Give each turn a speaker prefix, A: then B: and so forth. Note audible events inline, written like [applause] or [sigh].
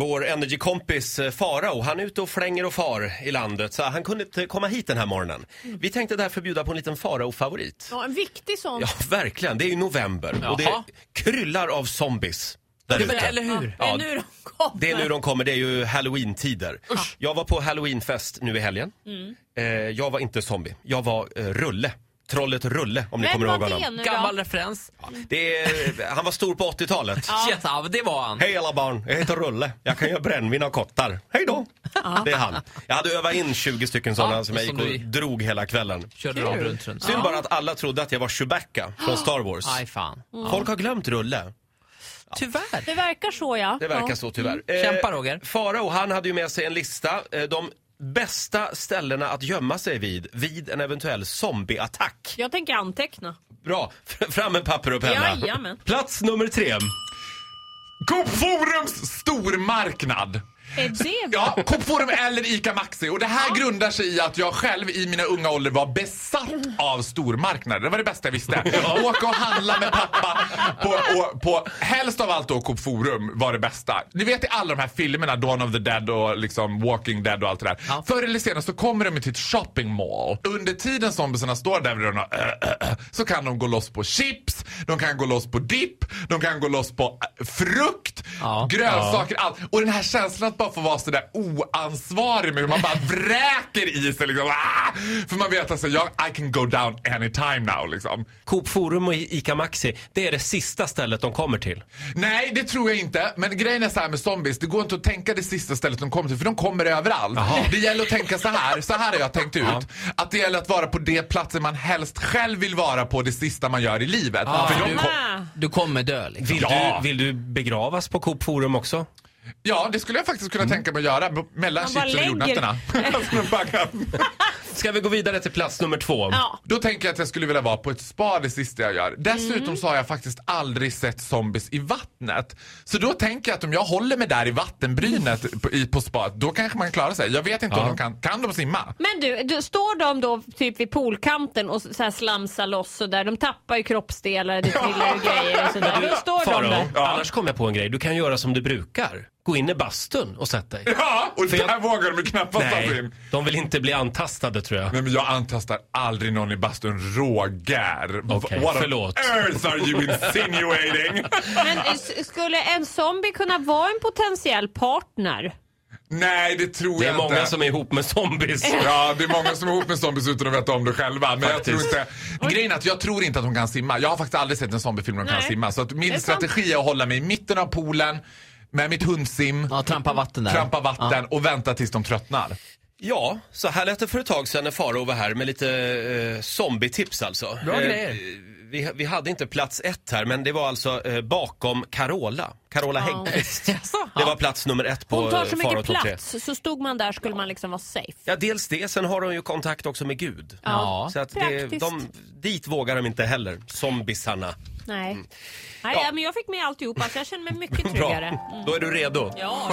A: Vår energikompis eh, Farao, han är ute och flänger och far i landet så han kunde inte komma hit den här morgonen.
B: Mm.
A: Vi tänkte därför bjuda på en liten Farao-favorit.
C: Ja, en viktig sån.
A: Ja, verkligen. Det är ju november och det
B: Jaha.
A: kryllar av zombies där
B: men,
A: ute.
B: eller hur?
C: Det
A: Ja.
C: är nu de kommer.
A: Det är nu de kommer, det är ju halloween-tider. Jag var på halloweenfest nu i helgen.
B: Mm.
A: Eh, jag var inte zombie, jag var eh, Rulle. Trollet Rulle, om ni
C: Vem
A: kommer ihåg
C: var det
A: honom.
C: nu
B: Gammal
C: då?
B: referens.
A: Det är, han var stor på 80-talet.
B: Yes, ja, det var han.
A: Hej alla barn, jag heter Rulle. Jag kan göra brännvin av kottar. Hej då! Det är han. Jag hade övat in 20 stycken sådana
B: Ja,
A: som jag gick
B: som
A: och
B: du-
A: drog hela kvällen.
B: Körde av runt runt.
A: Synd bara att alla trodde att jag var Chewbacca från Star Wars.
B: Aj fan.
A: Folk har glömt Rulle.
B: Tyvärr.
C: Det verkar så ja.
A: Det verkar
C: ja.
A: så tyvärr.
B: Mm.
A: Eh,
B: Kämpa, Roger.
A: Farao, han hade ju med sig en lista. Eh, de bästa ställena att gömma sig vid, vid en eventuell zombieattack.
C: Jag tänker anteckna.
A: Bra, F- fram med papper och penna.
C: Jajamän.
A: Plats nummer tre.
D: Coop Forums stormarknad.
C: Är det
D: Ja, Coop Forum eller ICA Maxi. Och det här grundar sig i att jag själv i mina unga ålder var besatt av stormarknader. Det var det bästa jag visste. Åka och handla med pappa på, och, på helst av allt då Coop Forum var det bästa. Ni vet i alla de här filmerna, Dawn of the Dead och liksom Walking Dead och allt det där.
B: Ja.
D: Förr eller senare så kommer de till ett shopping mall. Under tiden zombierna står där med och, äh, så kan de gå loss på chips, de kan gå loss på dipp, de kan gå loss på äh, frukt,
B: Ja.
D: grönsaker, allt. Och den här känslan att bara få vara sådär oansvarig med hur man bara vräker i sig liksom. Ah! För man vet alltså, jag, I can go down anytime now liksom.
A: Coop Forum och Ica Maxi, det är det sista stället de kommer till.
D: Nej, det tror jag inte. Men grejen är så här med zombies, det går inte att tänka det sista stället de kommer till för de kommer överallt. Det gäller att tänka så här, så här har jag tänkt ut. Att det gäller att vara på det platsen man helst själv vill vara på det sista man gör i livet. för de
C: Ah.
B: du,
D: kom-
B: du kommer dö liksom.
A: Vill,
D: Ja.
A: du, vill du begravas på Coop Forum också?
D: ja, det skulle jag faktiskt kunna tänka mig att göra b- mellan
C: Man bara
D: chipsen och
C: lägger-
D: jordnötterna. [laughs] Alltså, man bara kan-
A: Ska vi gå vidare till plats nummer två?
C: Ja.
D: Då tänker jag att jag skulle vilja vara på ett spa det sista jag gör. Dessutom
A: Mm.
D: så har jag faktiskt aldrig sett zombies i vattnet. Så då tänker jag att om jag håller mig där i vattenbrynet på, i, på spat, då kanske man klarar sig. Jag vet inte
A: Ja.
D: om de kan, kan de simma? [laughs]
C: Men du, du, står de då typ vid poolkanten och så här slamsar loss så där. De tappar ju kroppsdelar, det trillar ju grejer och sådär. Då står de
A: Faro,
C: där.
A: annars kom jag på en grej. Du kan göra som du brukar. Gå in i bastun och sätt [laughs] dig.
D: Ja, och
A: För
D: där
A: jag-
D: vågar de ju knappast ta
A: Nej,
D: in.
A: de vill inte bli antastade tror jag.
D: Nej men jag antastar aldrig någon i bastun. Roger.
A: Okej,
D: What
A: förlåt.
D: on earth are you
A: [laughs]
D: insinuating?
C: Men eh, s- skulle en zombie kunna vara en potentiell partner?
D: Nej, det tror
A: Det är
D: jag inte.
A: många som är ihop med zombies.
D: [laughs] Ja, det är många som är ihop med zombies utan att veta om det själva. Men jag tror
A: Faktiskt.
D: inte... Grejen är att jag tror inte att de kan simma. Jag har faktiskt aldrig sett en zombiefilm där de kan
C: Nej.
D: simma. Så att
C: Det är
D: min
C: sant.
D: strategi är att hålla mig i mitten av poolen med mitt hundsim,
B: Ja, trampa vatten där.
D: trampa vatten och vänta tills de tröttnar.
A: [laughs] Ja, så här lät det för ett tag sedan när Faro var här med lite eh, zombietips alltså.
B: Bra grejer.
A: Vi, vi hade inte plats ett här, men det var alltså eh, bakom Carola. Carola Häggkvist.
C: [laughs]
B: Ja. Jaså?
A: Det var plats nummer ett på
C: Hon tar så
A: eh, Faro
C: mycket
A: topp tre.
C: plats, så stod man där skulle man liksom vara safe.
A: Ja, dels det. Sen har de ju kontakt också med Gud.
B: Ja.
A: Så att det,
C: Praktiskt.
A: de, dit vågar de inte heller, zombisarna.
C: Nej. Nej,
A: Mm. Ja.
C: men jag fick med alltihopa så jag känner mig
A: [laughs]
C: mycket
A: Bra,
C: tryggare. Mm.
A: då är du redo.
C: Ja,